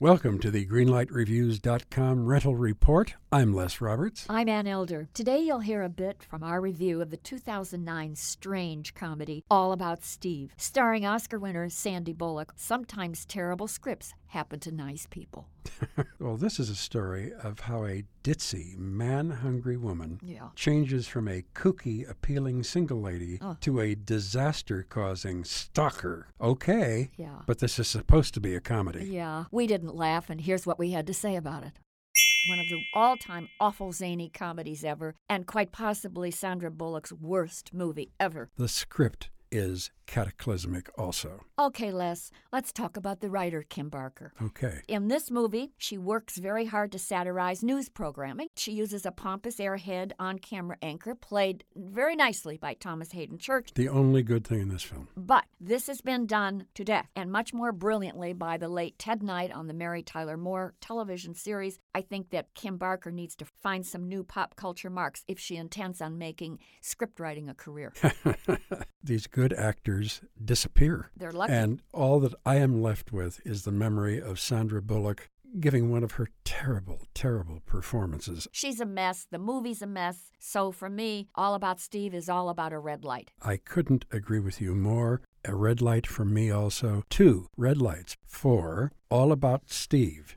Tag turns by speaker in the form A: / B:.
A: Welcome to the GreenlightReviews.com rental report. I'm Les Roberts.
B: I'm Ann Elder. Today you'll hear a bit from our review of the 2009 strange comedy All About Steve, starring Oscar winner Sandy Bullock. Sometimes terrible scripts happen to nice people.
A: well, this is a story of how a ditzy, man hungry woman
B: Yeah.
A: changes from a kooky, appealing single lady
B: Oh.
A: to a disaster causing stalker. Okay,
B: Yeah.
A: but this is supposed to be a comedy.
B: Yeah. We didn't laugh, and here's what we had to say about it. One of the all time awful zany comedies ever, and quite possibly Sandra Bullock's worst movie ever.
A: The script is cataclysmic, also.
B: Okay, Les, let's talk about the writer, Kim Barker.
A: Okay.
B: In this movie, she works very hard to satirize news programming. She uses a pompous, airhead on camera anchor, played very nicely by Thomas Hayden Church.
A: The only good thing in this film.
B: But this has been done to death and much more brilliantly by the late Ted Knight on the Mary Tyler Moore television series. I think that Kim Barker needs to find some new pop culture marks if she intends on making script writing a career.
A: These good actors disappear.
B: They're lucky.
A: And all that I am left with is the memory of Sandra Bullock giving one of her terrible, terrible performances.
B: She's a mess. The movie's a mess. So for me, All About Steve is all about a red light.
A: I couldn't agree with you more. A red light from me also. Two red lights for All About Steve.